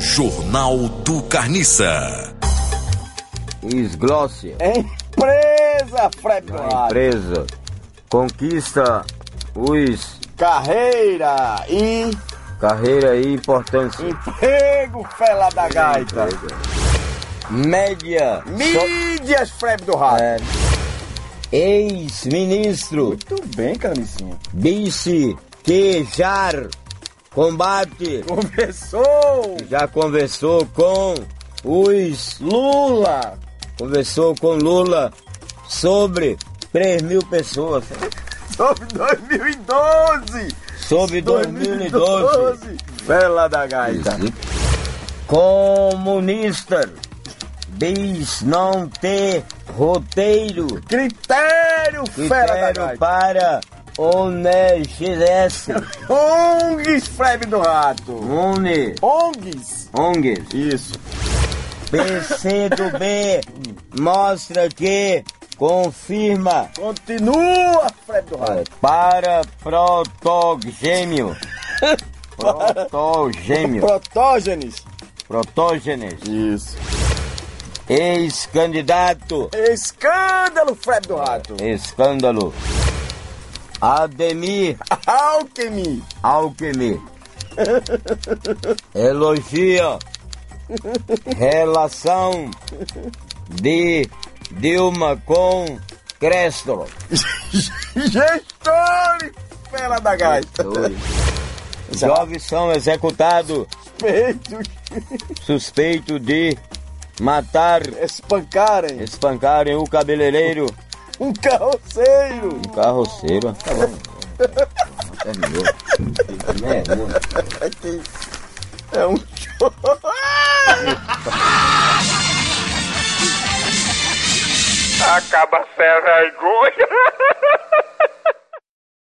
Jornal do Carniça. Esglócia, Empresa, Frecoar. empresa, conquista os Carreira e carreira e importância. emprego, fela da gaita. Média, Mídias, Freb do so- Rádio. é, ex-ministro, Muito bem, camisinha. vice, quejar, combate, Começou já conversou com os, Lula. conversou com Lula sobre 3 mil pessoas, Sobre 2012. sobre 2012. Fela da gaita. Comunista diz não ter roteiro Critério, fera da critério gaita. para ONGS. ONGs, Freb do Rato. UNE, ONGs. ONGs, Isso. PC do B mostra que confirma Continua, Freb do Rato. para protogêmeo. Protogêmeo, Protógenes. protógenes, Isso. ex-candidato Escândalo, Fred do Rato. Escândalo. Ademir Alckmin. Alckmin. Elogia. Relação de Dilma com Crestor. Gestores, fera da gaita. Jovens são executados Peitos. suspeito de matar, Espancarem. espancarem o cabeleireiro. Um carroceiro. Um carroceiro. Tá bom. Terminou. Terminou. É um show. Acaba sem vergonha.